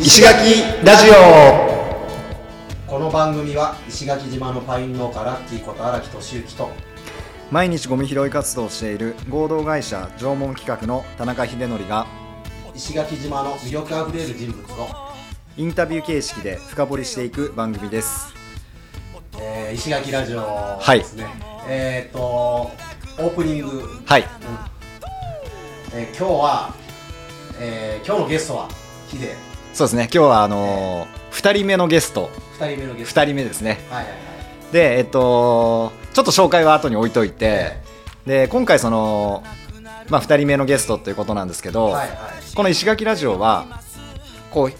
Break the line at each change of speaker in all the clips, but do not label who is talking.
石垣ラジオ
この番組は石垣島のパイン農家ラッキーこと荒木俊之と
毎日ゴミ拾い活動をしている合同会社縄文企画の田中秀則が
石垣島の魅力あふれる人物を、
インタビュー形式で深掘りしていく番組です
えー石垣ラジオ
い
ですね、えっ、とオープニング、
はい
えー今日は、えー今日のゲストはヒデ
そうですね今日はあのー、2人目のゲスト
2人目のゲスト
2人目ですね
はいはいはい
でえっとちょっと紹介は後に置いといてで今回そのまあ2人目のゲストということなんですけど、
はいはい
この石垣ラジオはこう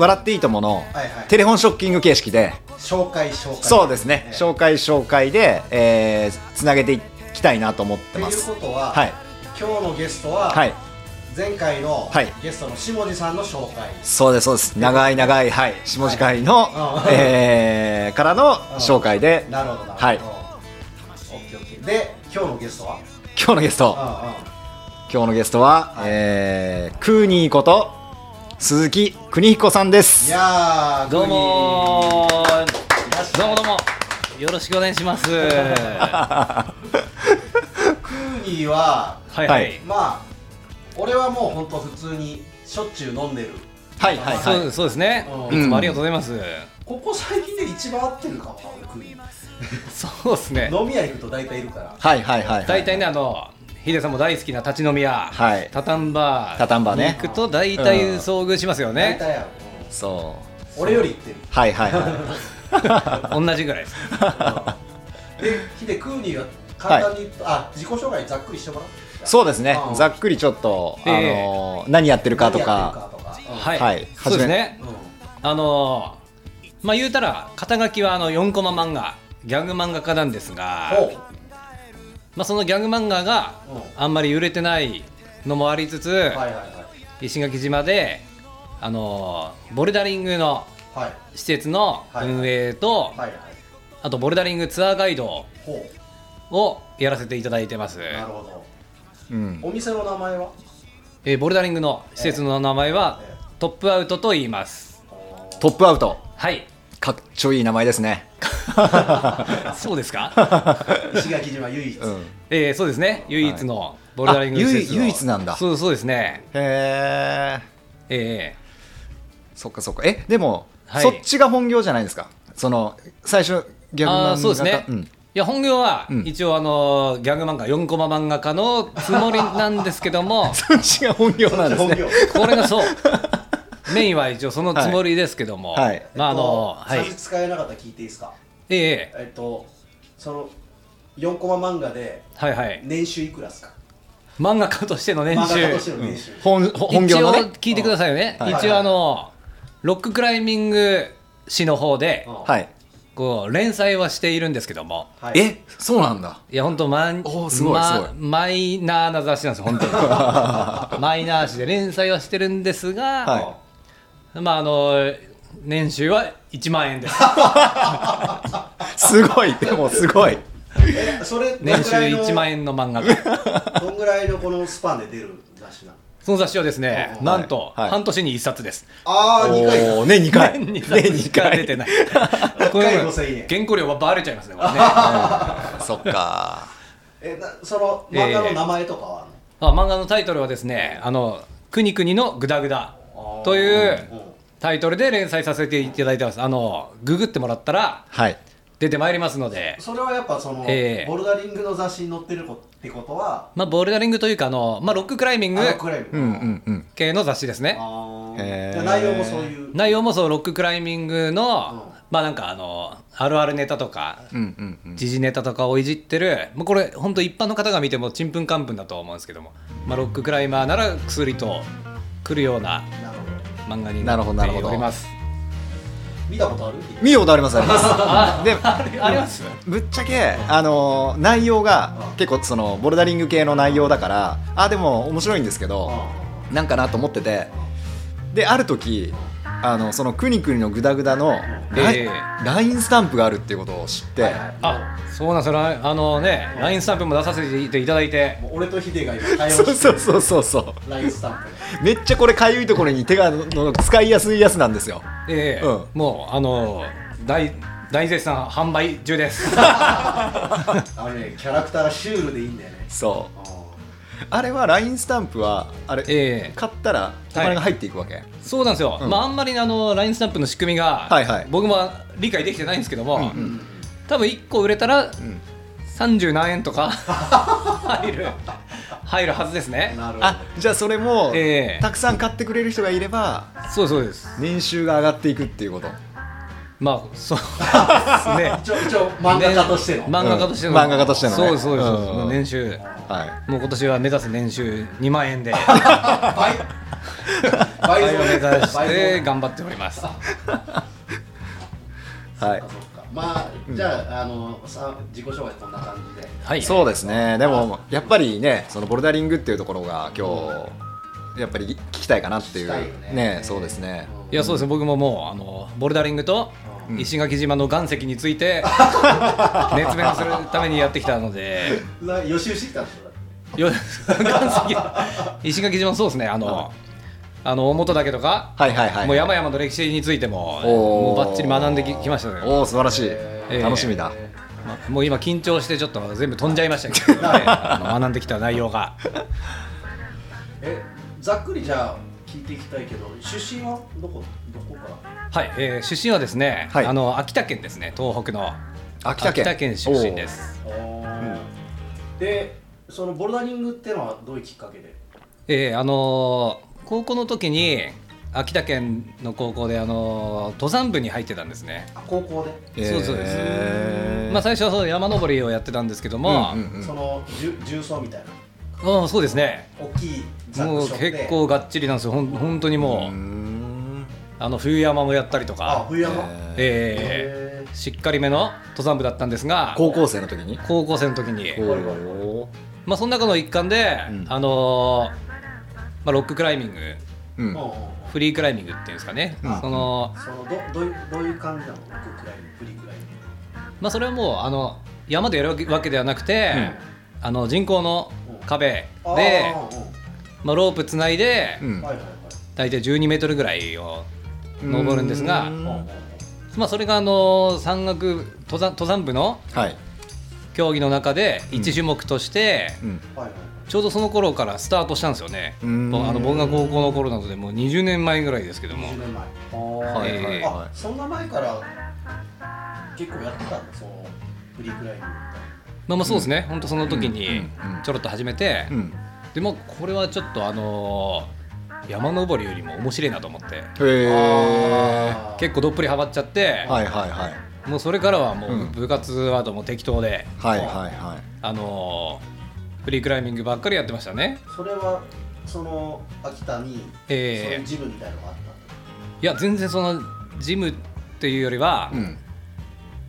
笑っていいともの
はいはい
テレフォンショッキング形式で
紹介紹介
そうですね、
えー
紹介紹介で、えー、つなげていきたいなと思っ
ってて
ま
いう
す。
ことは、
はい、
今日のゲストは、
はい、
前回の
はい
ゲストの下地さんの紹介、
そうです、そうです、長い長い、はい、下地会の、
はいうん
えーからの紹介で、
なるほどなるほど
はい
うんオッケーオッケーで今日のゲストは
今日のゲスト、
うんうん
今日のゲストは、
はい
えー、クーニーこと鈴木邦彦さんで
い
す。
やー
どうもー
国いらっしゃい
どうもどうもよろしくお願いしますは
国はい
はい
まあ俺はもう本当普通にしょっちゅう飲んでる
はい、はい、
そう
は
ですそうですね
うん
いつもありがとうございます
ここ最近で一番合ってるかもな俺国
そうですね
飲み屋行くと大体いるから
い、はい、はい、はい、
大体ねあのヒデさんも大好きな立ち飲み屋
はい
タタンバー
タタンバーね
に行くと大体
うん
遭遇しますよ
大
ね
体やろ
そう、
俺より行ってる
はい、はい、は
同じぐらいです
でヒデクーニーは簡単に、あ自己紹介ざっくりしてもらって
い、そうですね
う、ん
ざっくりちょっと、あ
ええ
のー何やってるかと
何やっ
か。
てるかとかうん
はい、
はい
そうですね
うん
あのーまあ言うたら肩書きはあの4コマ漫画ギャグ漫画家なんですが
ほう
まあ、そのギャグ漫画が
うん
あんまり売れてないのもありつつ、
はいはいはい
石垣島で、あのーボルダリングの
はい
施設の
はい
運営と、
はいはい
あとボルダリングツアーガイド
ほ
をやらせていただいてます
う、なるほど
うん、
お店の名前は
えーボルダリングの施設の名前は、
え
トップアウトと言います
トップアウト、
はい
かっちょいい名前ですね。
そうで すか、
石垣島唯一、
うん、
えーそうですね唯一のボルダリングの施設の
あ唯唯一なんだ
そうそうですね
へえ
えー
そっかそっかえでも、
はい
そっちが本業じゃないですかその最初ギャグ漫画
あ
家
ーそうですね、
ん
いや本業は
うん
一応あのギャグ漫画4コマ漫画家のつもりなんですけども
そっちが本業なんです
本
ね
業
これがそうメインは一応そのつもりですけども、
はいはい
まああの、は
えっと
い
差し使えなかったら聞いていいですか
ええ
えっとその4コマ漫画で
はいはい
年収いくらですか
漫画家としての年
漫画家として
収
の年収、
本本業の
一応
ね
聞いてくださいね、
はい
一応あのロッククライミング誌の方で
うん
はい
こう連載はしているんですけども
はい
えそうなんだ
いや本当マン
おーすごいすごい
マイナーな雑誌なんです よ本当にマイナー誌で連載はしてるんですが、
は
まああの年収は1万円です
すごいでもすごい
えそれ
年収1万
円
円の漫画が
どんぐらいのこのスパンで出る雑誌なの
その雑誌はですね
はい
なんと
はい
半年に1 冊です、
ああ2回
おお年2回
年に1
年
冊
2
しか出
回
てない
一回5000円
原稿料はバレちゃいますね これね
そっか
えなその漫画の名前とかはあるの
あ漫画のタイトルはですね「あのくにくにのグダグダ
あー」
という
うん
タイトルで連載させていただいてますあのググってもらったら
はい
出てまいりますので
それはやっぱその、
ええ
ボルダリングの雑誌に載ってるこってことは
まあ、ボルダリングというかあの、まあ、ロッククライミング
あのクライム、
うんうんうん
系の雑誌ですね
あー
へー
じゃあ内容もそういう
内容もそうロッククライミングの、
うん
まあなんかあのあるあるネタとか
うんうんうん
時事ネタとかをいじってる、まあ、これ本当一般の方が見てもちんぷんかんぷんだと思うんですけども、まあ、ロッククライマーなら薬とくるような
なるほど
漫画に
なる
なっ
ほ
て
どなるほど
おります
見たことある
見ようとありますありますで
あれあります
ぶっちゃけ、あのー内容が結構そのボルダリング系の内容だからあでも面白いんですけどなんかなと思っててである時あのその「くにくにのグダグダ」のライ
ええ
LINE スタンプがあるっていうことを知って、
はいはい
あそうなんですよあのね LINE スタンプも出させていただいて
もう俺とヒデが今対応
そう
して
そう
る
そうそうそ
LINE スタンプ
うめっちゃこれかゆいところに手がの使いやすいやつなんですよ
ええ
うん
もうあの大大絶賛販売中です
あのねキャラクターがシュールでいいんだよね
そ
あー
うあれは LINE スタンプはあれ、
ええ
買ったらお金が入っていくわけ、
そうなんですよ、
うん
まああんまりあの LINE スタンプの仕組みが、
はいはい
僕も理解できてないんですけども、
うん
うん
多分1個売れたら
うん
30何円とか入る入るはずですね
なるほど
あじゃあそれも、
ええ
たくさん買ってくれる人がいれば
そうそうです
年収が上がっていくっていうこと
まあそうですね
一応一応漫画家としての
ね漫画家としての、
うん漫画家としてのね
そうですそうです、
うん
もう年収
は
もう今年は目指す年収2万円で
倍
倍
倍
を目指
増
し
ね
て頑張っております
い、はい
そっかそっかまあじゃああのさ自己紹介こんな感じで
はい
そうですねでもやっぱりねそのボルダリングっていうところが今日やっぱり聞きたいかなっていう
聞きたいよ
ね
ね
そうですね
うん
いやそうですね僕ももうあのボルダリングと
うん
石垣島の岩石につ いて熱弁するためにやってきたので
な予習してきたんでしょだって
よ岩石石垣島そうですねあのあの大本岳とか、
はいはいはい
もう山々の歴史についてもも
お
う
ー
ばっちり学んでききましたね
おお素晴らしい、
え
楽しみだ、
まもう今緊張してちょっと全部飛んじゃいましたけ ど、ね、あの学んできた内容が
えざっくりじゃあ聞いていきたいけど出身はどこどこから
はい、えー出身はですね、
はい
あの秋田県ですね東北の
秋田県
出身です
おーでそのボルダリングってのはどういうきっかけで
えーあのー高校の時に秋田県の高校であのー登山部に入ってたんですね
あ高校で、
おー
そうそうです
えー
まあ最初はその山登りをやってたんですけども、
うんうんうん
そのじゅ重曹みたいな
うんそうですね
大きいザッ
も
ク
う
ショって
結構がっちりなんですよほん本当にもう、
うーん
あの冬山もやったりと
あ
か
冬
え
山、
ー
えー
へ
しっかりめの登山部だったんですが
高校生の時に
高校生の時に、
はいはい
おー
まあ、その中の一環で、
うん
あのーまあ、ロッククライミング
う
ーうんんうんうん
フリークライミングっていうんですかね、
うん
その
そのどどういうどういう感じなの僕くらいのフリーくらい
まあ、それはもうあの山でやるわけではなくて、あの人工の壁
の
で、
あー
まあ、ロープつないで、
う
うん
ん
はいはいはい
大体12メートルぐらいを登るんですが
うーん
うんうんうん
まあ、それがあの山岳登山登山部の
はい、
競技の中で一種目として、
うん、
はいはいはい
ちょうどその頃からスタートしたんですよね。
うーん
ぼあの僕が高校の頃なのでもう20年前ぐらいですけども
20年前あー
はい
はいはい
あそんな前から結構やってたんだそのフリークライミング
まあまあそうですね、本当その時に
うんうん
ちょろっと始めて、
うん
でもこれはちょっとあのー山登りよりも面白いなと思って
へえ
結構どっぷりハマっちゃって、
はいはいはい
もうそれからはもううん部活はともう適当で、
はいはいはい
あのーフリークライミングばっかりやってましたね。
構それはその秋田にそう
ええ
いうジムみたいなのがあっ
いや全然そのジムっていうよりは、
うん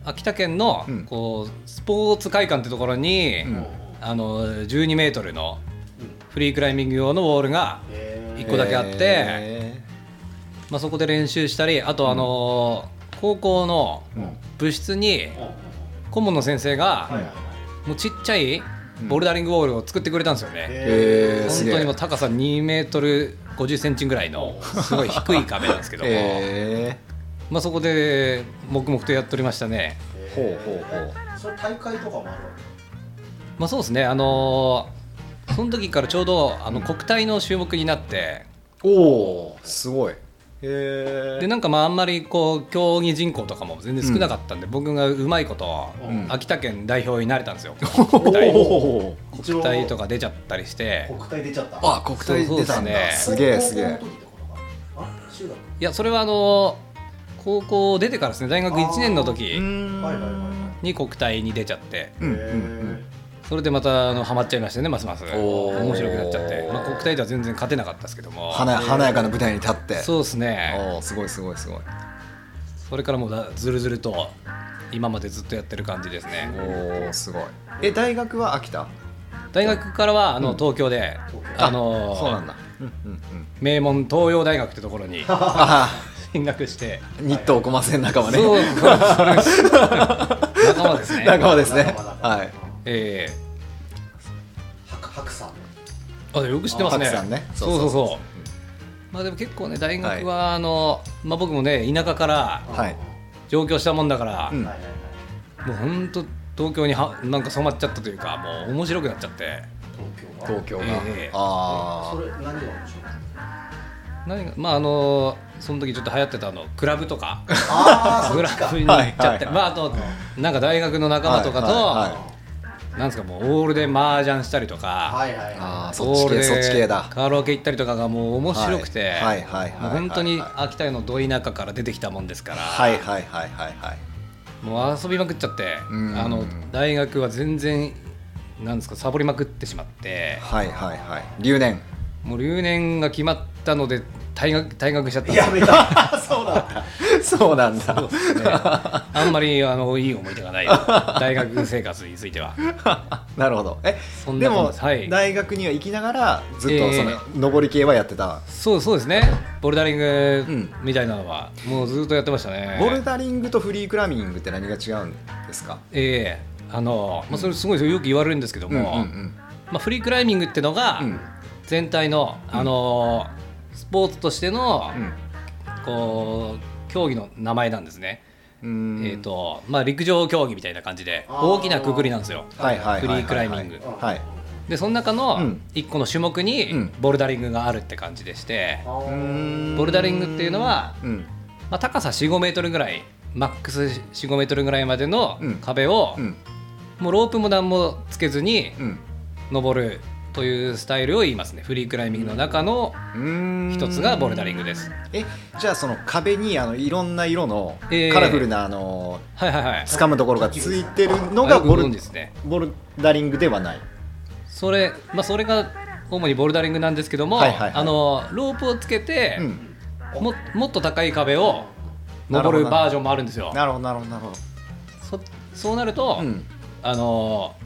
秋田県の
うん
こうスポーツ会館ってところに、
うん
たんだ
あのー12メートルの
うんうん
フリークライミング用のウォールが
へー
一個だけあって
へ
まあ、そこで練習したりあとあのー高校の
ーうん
部室に
うんうんうん
顧問の先生
はいはい
が
はい
もうちっちゃい
うん
ボルダリングウォールを作ってくれたんですよね、
へーす
本
げえ
当にもう高さ2メートル50センチぐらいのすごい低い壁なんです けども、
へ
まあ、そこで黙々とやっておりましたね、
え
ほうほうほう
うそれ大会とかもあるわ
まあ、そうですねあのーその時からちょうどあの国体の種目になって
ーおおすごいへえ
でなんかまああんまりこう競技人口とかも全然少なかったんで、僕がうまいこと
け
うん
秋田県代表になれた んですよ
お
国体
お
一応
国体とか出ちゃったりして
国体出ちゃった
あ国体出たんだ
そ
すげえ
高校
すげ
の
え
時ってことかあ中学
いやそれはあの高校出てからですね大学1年の時
ん
はいはいはいはい
に国体に出ちゃって
うんうん
へ
それでまたあのハマっちゃいましたねますます
おー
面白くなっちゃって、まあ、国体では全然勝てなかったですけども
華や華やかな舞台に立って
そうですね
おーすごいすごいすごい
それからもうだずるずると今までずっとやってる感じですね
おおすごいえ大学は秋田
大学からはあの東京で、
東京
あの
そうなんだうんうんうん
名門東洋大学ってところに
あ
見学して
ニットをこません仲間ね。
そうそう仲間ですね
仲間ですね。
仲間だから
はい。
ええ
白白さん
あよく知ってますね
白さんね
そうそうそう
そうそう
まあでも結構ね大学はあの、まあ、僕もね田舎から
はい
上京したもんだから、
うん
はいはいはい
もうほんと東京にはなんか染まっちゃったというかもう面白くなっちゃって
東京は
東京が。
ええ
あ
そ
あ。
れ何が面白い
何がまああのその時ちょっと流行ってたあのクラブと か
ああそ
グ
っ
ラ
ちか
フに行っちゃって、
はいはいはい
まああとなんか大学の仲間とかと、
はいはい
なんですかもうオールで麻雀したりとか、
はいはい
あ
は
ー
オ
そっち
ール
系
で
そっち系だ。
カラオケ行ったりとかがもう面白くて、
はいはいはいはい
もう本当に
はい
秋田のど田舎から出てきたもんですから、
はいはいはいはいはい。
もう遊びまくっちゃって、
うん
あの大学は全然なんですかサボりまくってしまって、
はいはいはい。留 年。
もう留年が決まったので退学退学しちゃったん
い
で
や
す
めた そうだ
そうなんだ。
ねあんまりあのいい思い出がない 大学生活については。
なるほど。え
そ、ん
で
な
も
感じはい
大学には行きながらずっとそ
え
の上り系はやってた。
そうそうですねボルダリング
うん
みたいなのは、もうずっとやってましたね
ボルダリングとフリークライミングって何が違うんですか。
ええあの、まあ、それすごいよく言われるんですけど
うんうん
も、まあ、フリークライミングってのが
うん
全体の、あのスポーツとしての、
うん
こう競技の名前なんですね、
うん。
えっ、とまあ陸上競技みたいな感じで
あー
大きなくくりなんですよ
はいはいはいはいはい
フリークライミング
はい。
でその中
う
の
ん
1個の種目
う
に
ん
ボルダリングがあるって感じでして、
あ
う
ー
ん
ボルダリングっていうのは
うん
まあ、高さ4 5メートルぐらいマックス4 5メートルぐらいまでの
うん
壁を、
うん
もうロープも何もつけずに
うん
登るというスタイルを言いますねフリークライミングの中の
うーん
一つがボルダリングです、
えじゃあその壁にあのいろんな色の
えー
カラフルなあの
はいはいはい
掴むところがついてるの
あ
が
よく
ボ
ご
ル
存知ですね
ボルダリングではない
それ,、まあ、それが主にボルダリングなんですけども、
はいはいはい
あのロープをつけて
う、ん
ももっと高い壁を
なるほ
登
ど
るバージョンもあるんですよ
なるほどなるほどなるほ
そそうなると、
どうん
あの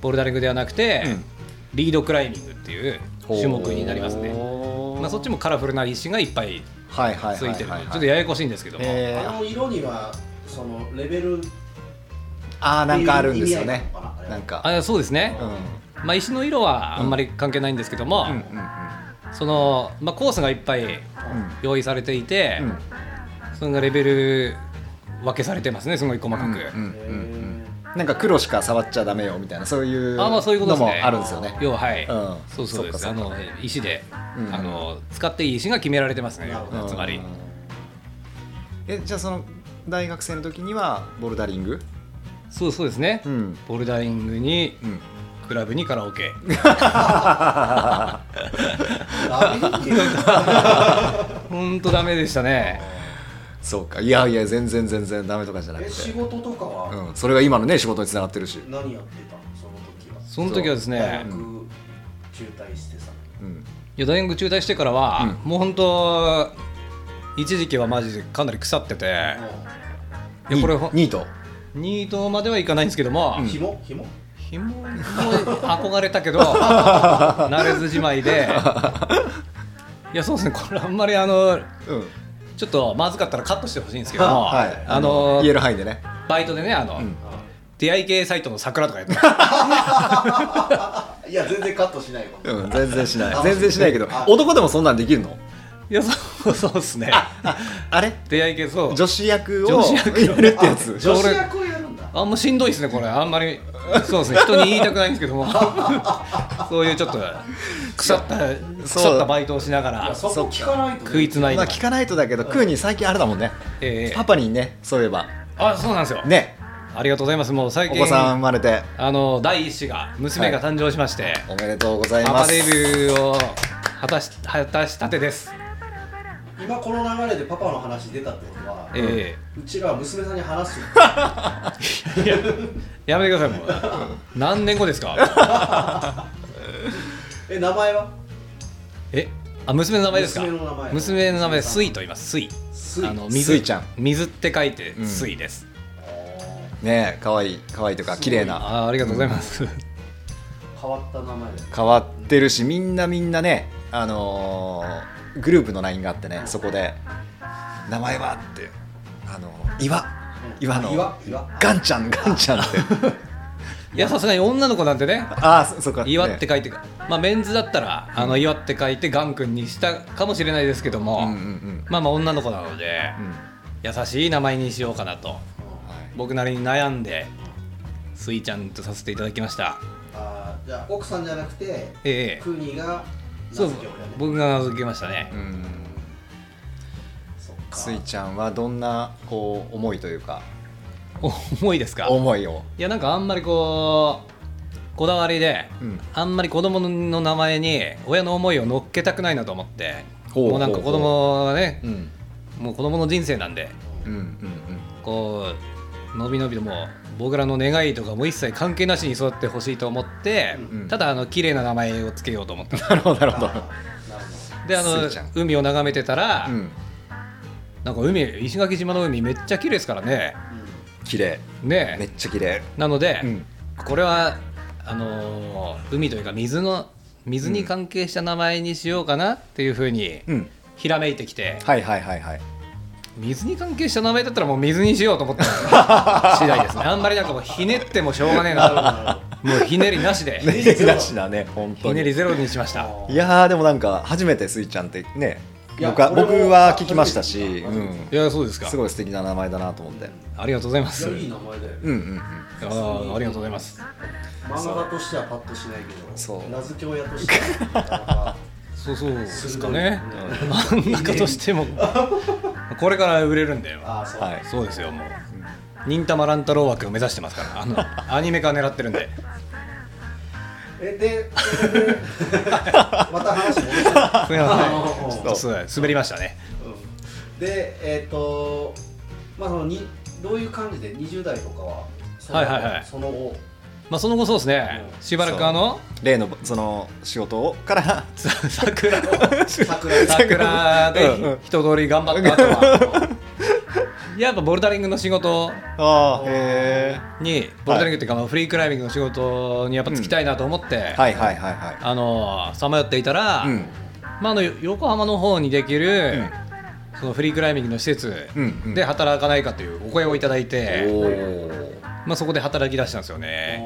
ボルダリングではなくて、
うん
リードクライミングっていう種目になりますね
ほー
まあ、そっちもカラフルな石がいっぱい
はいはいはいはい
ついてる、
はい
ちょっとややこしいんですけども、
え
あ
ー
の色にはそのレベル
あーなんかあるんですよね
意味合いなのかな
なんか
あそうですね
う、ん
まあ、石の色はあんまり関係ないんですけども、
うんうん
その、まあ、コースがいっぱい用意されていて、
うん
それがレベル分けされてますねすごい細かく、
うんうんうんうん
え
なんか黒しか触っちゃダメよみたいなそういう
あまあそういうこと
の
です
も
ね
あるんですよね
要はは
う
い、
ん
そうそうです
そっ
あ
かそっ
の石で、
うん
あの使っていい石が決められてますね
なるほど
つまり、
うんえじゃあその大学生の時にはボルダリング
そうそうですね、
うん
ボルダリングに
うん
クラブにカラオケ
ーラビリンゲー
ほんとダメでしたね
そうかいやいや全然全然ダメとかじゃなく
え
て
仕事とかは
うん、それが今のね仕事につながってるし、
何やってたその時は
その時はですね
大学中退してさ
うん、
いや大学中退してからは、もう本当一時期はマジでかなり腐ってて、いやこれほ
ニート
ニートまではいかないんですけども、
うん紐紐
紐も憧れた けど慣れずじまいで いやそうですねこれあんまりあの
うん
ちょっとまずかったらカットしてほしいんですけども、
はい
あの
言える範囲でね
バイトでねあの、
うん
出会い系サイトの桜とかやってた
いや全然カットしないわ
うん全然しない全然しないけど
あ
男でもそんなんできるの
いやそうそうですね
ああれ
出会い系そう
女子役を
女子役を
入れるってやつ
あ女子役をやるんだ
あんましんどいですねこれあんまりそうですね人に言いたくないんですけど もそういうちょっと腐った腐ったバイトをしなが
いや
ら
そこ聞かないとね
食いつない
ま
で
あ、聞かないとだけど、クーに最近あれだもんね、
ええ
パパにねそういえば
あそうなんですよ、
ね
ありがとうございますもう最
お
近
子さん生まれて
あの第一子が娘が誕生しまして、
おめでとうござい
パ
ま
パ
す
デビューを果たし果たしたてです
今この流れでパパの話出たってことは、
え
うちらは娘さんに話 すよ
えいややめてくださいもう何年後で すか
え名前は
えあ娘の名前ですか
娘の名前
娘の名前スイと言いますスイ
スイ
あの
スイちゃん
水って書いて
ん
水です、
ね可愛い可愛いとか綺麗な
あありがとうございます、
変わった名前だよ
変わってるしみんなみんなねあのーグループの LINE があってねそこで名前はってあの岩岩の
岩岩
ガンちゃんガンちゃ んって
いやさすがに女の子なんてね
ああそそうか
岩って
ね
書いて、まあ、メンズだったらあの岩って書いてガン君にしたかもしれないですけども、
うんうんうん
まあまあ女の子なので、
うん
優しい名前にしようかなと
はい
僕なりに悩んでスイちゃんとさせていただきました
あーじゃあ奥さんじゃなくて
ええ
クーニーが
そ
名
う
付け親ね
僕が名付けましたね、
うん
そっか
スイちゃんはどんなこう思いというか
重いですか
思いを
いやなんかあんまりこうこだわりで、
うん
あんまり子供の名前に親の思いを乗っけたくないなと思って
ほう
もうなんか
ほうほ
子
う
供はね
うん
もう子供の人生なんで
うんうんうん
こうのびのびともう僕らの願いとかも一切関係なしに育ってほしいと思って、
うん
ただあの綺麗な名前をつけようと 思った
なるほどなるほど
あーなるほ
であ
ス
の
ーちゃん
海を眺めてたら、
うん
なんか海石垣島の海めっちゃ綺麗ですからね
ど うん
綺麗
ね
めっちゃ綺麗
なので、
うん
これはあのー海というか水の水に関係した名前にしようかなっていうふうに
うん
ひらめいてきて、
はいはいはいはい
水に関係した名前だったらもう水にしようと思っ たの次第ですねあんまりなんかもうひねってもしょうがねえなもうひ ねりなしで
ね りなしだね本
ひ
当
ね
に
りゼロにしました
いやーでもなんか初めてスイちゃんってね
いや
僕は
俺も
僕は聞きましたし、
初めて聞い
いやそうですか
すごい素敵な名前だなと思って
ありがとうございます
いやいい名前だよね
うんうんうん
あーありがとうございます
漫画家としてはパッとしないけど
そう
名付け親としてはなかな か
そうそうですか
鋭い
ね漫画家としてもこれから売れるんだよ
ああそう、
はい
そうですよもう忍たま乱太郎枠を目指してますからあ のアニメ化狙ってるんで
えでそれでまた話戻す
すみま
あ
せんち
ー
ょっとそう滑りましたね
うんでえっ、とまあそのにどういう感じで20代とかはその,、
はいはいはい
その後
まあその後そうですね
うん
しばらくあの
例のその仕事をから
さ桜
桜
桜
うんう
で
ん
一通り頑張った後 はやっぱボルダリングの仕事
ああへ
にボルダリングっていうかまあフリークライミングの仕事にやっぱつきたいなと思って、
えはいはいはいは
あのさまよっていたら、
いうん
まあ、あのよ横浜の方にできる、
うん
そのフリークライミングの施設
うんうん
で働かないかというお声をいただいて、
おお
まあ、そこで働き出したんですよね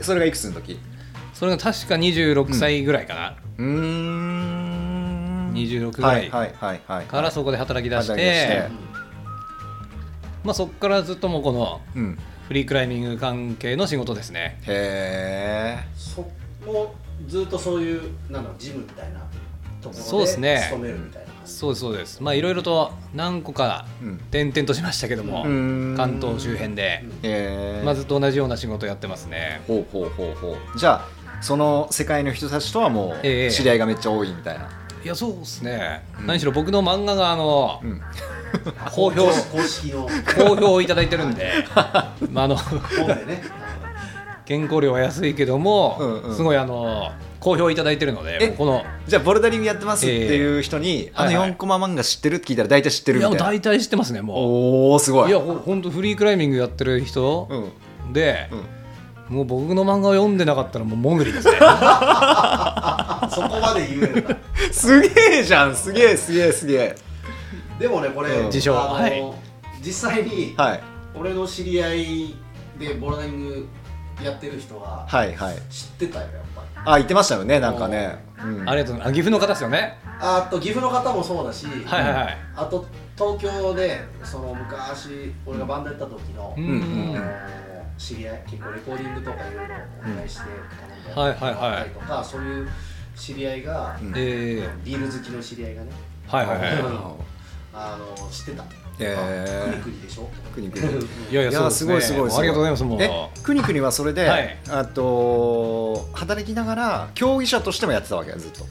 それがいくつの時
それが確か26歳ぐらいかな、
うーん
26ぐ
は
ら
い
い
はいはいはい
からそこで働き出して,、
働き出して
まあ、そこからずっともうこの
うん
フリークライミング関係の仕事ですね
へえ
そもずっとそういうなんだろうジムみたいなとこ
そう
ろ
で
です
ね
勤めるみたいな感じ
そうですそうですまあいろいろと何個か
うん
転々としましたけども、
うん
関東周辺で
う、ん
へえ
まあ、ずっと同じような仕事やってますね
ほうほうほうほうじゃあその世界の人たちとはも
ええ
う知り合いがめっちゃ多いみたいな、
いやそうですね、
うん
何しろ僕の漫画があの、
うん
あ
公表
公式の
好評をいただいてるんで まああの
本でね
原稿料は安いけども、
うんうん
すごいあの好評いただいてるの
え
でこの
じゃあボルダリングやってますっていう人に、あの
はいはい
4コマ漫画知ってるって聞いたら大体知って
い
るみ
や
たいな
大体知ってますねも
おおす
う
ごい
いやほほんとフリークライミングやってる人
うん
で、
うん
もう僕の漫画を読んでなかったらもうもぐりですね
あそこまで言えるんだ
すげえじゃんすげえすげえすげえ
でもねこれ、
うん
自称
あの
はい
実際に
はい
俺の知り合いでボルダリングやってる人は
はいはい
知ってたよやっぱり
あ言ってましたよねなんかね、うん、
ありがとうございますあ岐阜の方ですよね
あと岐阜の方もそうだし、
はいはいはい
あと東京でその昔俺がバンドやった時の、
うん
んう
あの
は
知り合い結構レコーディングとかいろいろお願いして頼んで
いはいは
た
い
りとか、そういう知り合いが、
うん
えー
ビール好きの知り合いがね
はいはい
あ
は
のあの知ってた
へー
クニクニでしょ
くにくに
いいやい
い
や
や
そ
す
うで
ごい
す
す
ね
ごいすごい
ありがとうございますもう
えくにくにはそれで、
はい
あと働きながら競技者としてもやってたわけずっと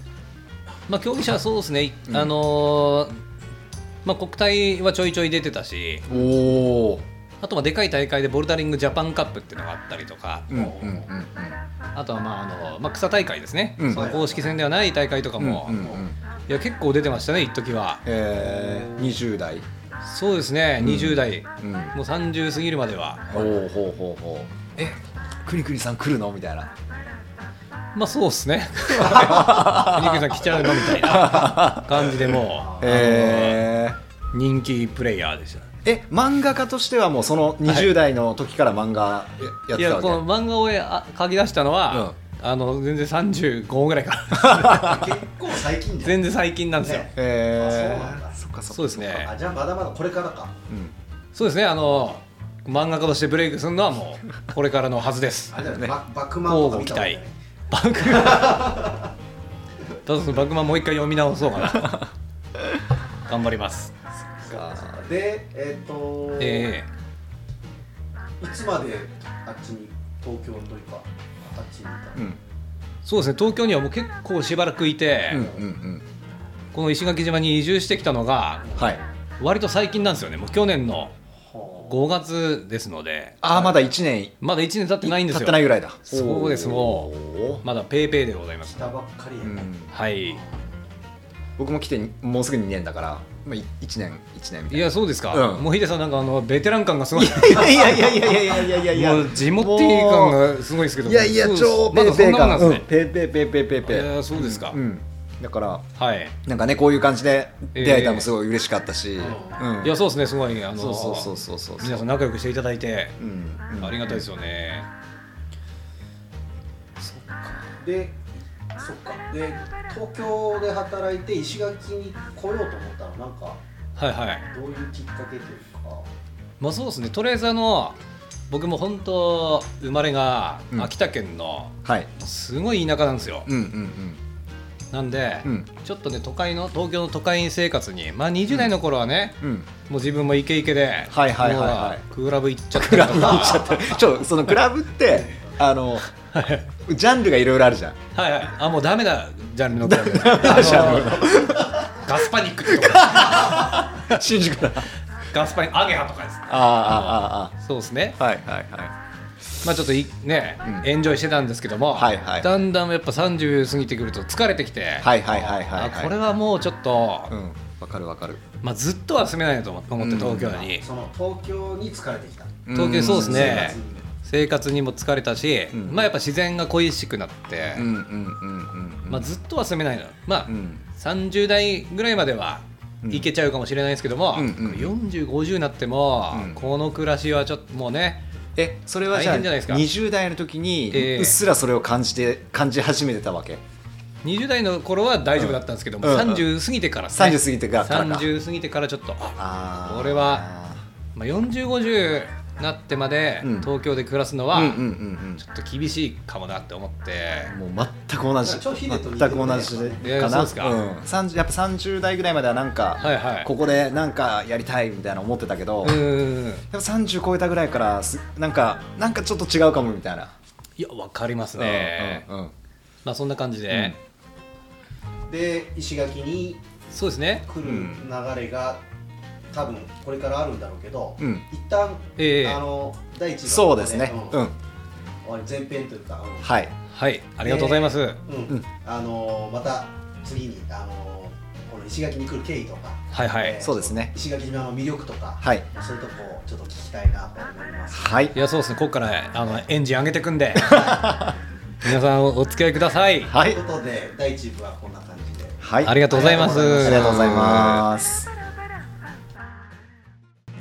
まあ、競技者はそうですね、
うん
あのーまあ、国体はちょいちょい出てたし、
おお
あとはでかい大会でボルダリングジャパンカップっていうのがあったりとか、
うんうんうんうん
あとはまああの、まあ、草大会ですね、
うん
その公式戦ではない大会とかも、
うんうんうん
いや結構出てましたね、一時は。
えー、20代
そうですね、
うん
20代、
うん
もう30過ぎるまでは、
おおほうほうほうえくにくにさん来るのみたいな
まあそうで すね、国木さん来ちゃうのみたいな感じでもう、
へえ
あ人気プレイヤーでした
え漫画家としてはもうその20代の時から漫画やって
い
た
や
わけ、
この漫画をあ書き出したのは、あの全然35ぐらいから
結構最近じゃん
全然最近なんですよ、
ね
えー
あそうなんだ
そっかそっか
そうですね
あじゃあまだまだこれからか
うん
そうですねあの漫画家としてブレイクするのはもうこれからのはずです
あれだよ
ね
ねババックマンとか見た方がいいね
バンク ただそのバックマンもう一回読み直そうかな頑張ります
そうかそうかでえっ、と
え
いつまであっちに東京というかあっちにいたの
うん
えそうですね東京にはもう結構しばらくいて、
うんうん
この石垣島に移住してきたのが
うんはい
割と最近なんですよねもう去年の
は
5月ですので
ああまだ1年
まだ1年経ってないんですよ
経ってないぐらいだ
そうですも
う
まだペーペーでございま
あ来
す
たばっかりや
う
ね、
ん
はいい
僕も来てもうすぐ2年だから、まあ、1年1年みたい
やそうですか、
うん
もうヒデさんなんかあのベテラン感がすごい
ないやいやいやいやいやいやいや
もう地元感がすごいですけど
いやいや
そうです
超ペ
まだ
ー
そ
ペ
ん
ー
なもんな
感
んです
うん
ね、
ペーペーペーペーペーペ
い
ー
やそうですか
うんうんだから
はい
なんかねこういう感じで
えー
出会えたのもすごい嬉しかったし、うん
いやそうですねすごいあの
そうそうそうそうそう
皆さん仲良くしていただいて、
うん
ありがたいですよね、
でそっかで東京で働いて石垣に来ようと思ったらなんか
はいはい
どういうきっかけというか
まあそうですねとりあえずあの僕も本当生まれが
うん
秋田県の
はい
すごい田舎なんですよ、
うんうん
なんで、
うんうん
ちょっとね都会の東京の都会生活にまあ20代の頃はね、
うん
もう自分もイケイケで、
はいはいはいはい
もうクラブ行っちゃった
ク
り
ラ
と
ブ行っちゃ
か
って ちょそのクラブってあのジャンルがいろいろあるじゃん
はいはいあもうダメだジャンル のクラブあのガスパニックと か
新宿だ
ガスパニックアゲハとかです
ああああ
そうですね
あはいはいは
まあちょっといね、
うん
エンジョイしてたんですけども、
はいはい
だんだんやっぱ30過ぎてくると疲れてきて、
いはいはいはいはい
あ
はい
これはもうちょっと、
うんわかるわかる
まあ、ずっとは住めないなと思って思って東京に、
その東京に疲れてきた
東京そうですね
生活に
生活にも疲れたし、
うん
まあやっぱ自然が恋しくなって、
うんうんうんうんうん
まあ、ずっとは住めないのまあ、
うん
30代ぐらいまでは
うん
いけちゃうかもしれないですけども、
うんうん
4050になっても、
うん
この暮らしはちょっともうね
えそれはじゃあ
大変じゃないですか
20代の時に
ええ
うっすらそれを感じて感じ始めてたわけ
20代の頃は大丈夫だったんですけども、
うんうん
30過ぎてからですね、
30過ぎてからからか
30過ぎてからちょっと
あ
あ
ー
これはまあ、4050なってまで
うん
東京で暮らすの
う
は、
んうんうん
ちょっと厳しいかもなって思って
うんもう全く同じ
ちょっとヒデと似
全
てるね
く同じ
いや
か
そう
な
ですか
うん30やっぱ30代ぐらいまではなんか、
はいはい
ここでなんかやりたいみたいな思ってたけど、
うーん
やっぱ30超えたぐらいからすなんかなんかちょっと違うかもみたいな、
いやわかりますね、
うんうんうん
まあそんな感じで、
で石垣に
そうですね
来る
うん
流れが多分これからあるんだろうけど、
うん
一旦、
ええ
あの第一部
そうですね
う
うんん
終わり前編というか、うん
はい
はいありがとうございます、
うん
うん
あのまた次に、あのこの石垣に来る経緯とか、
はいはい、
えー
そうですね
石垣島の魅力とか、
はい
そういうとこをちょっと聞きたいなと思います。
はい
いやそうですねここからあのエンジン上げてくんで 皆さんお付き合いください、
はい
ということで第一部はこんな感じで。
はい
ありがとうございます
ありがとうございます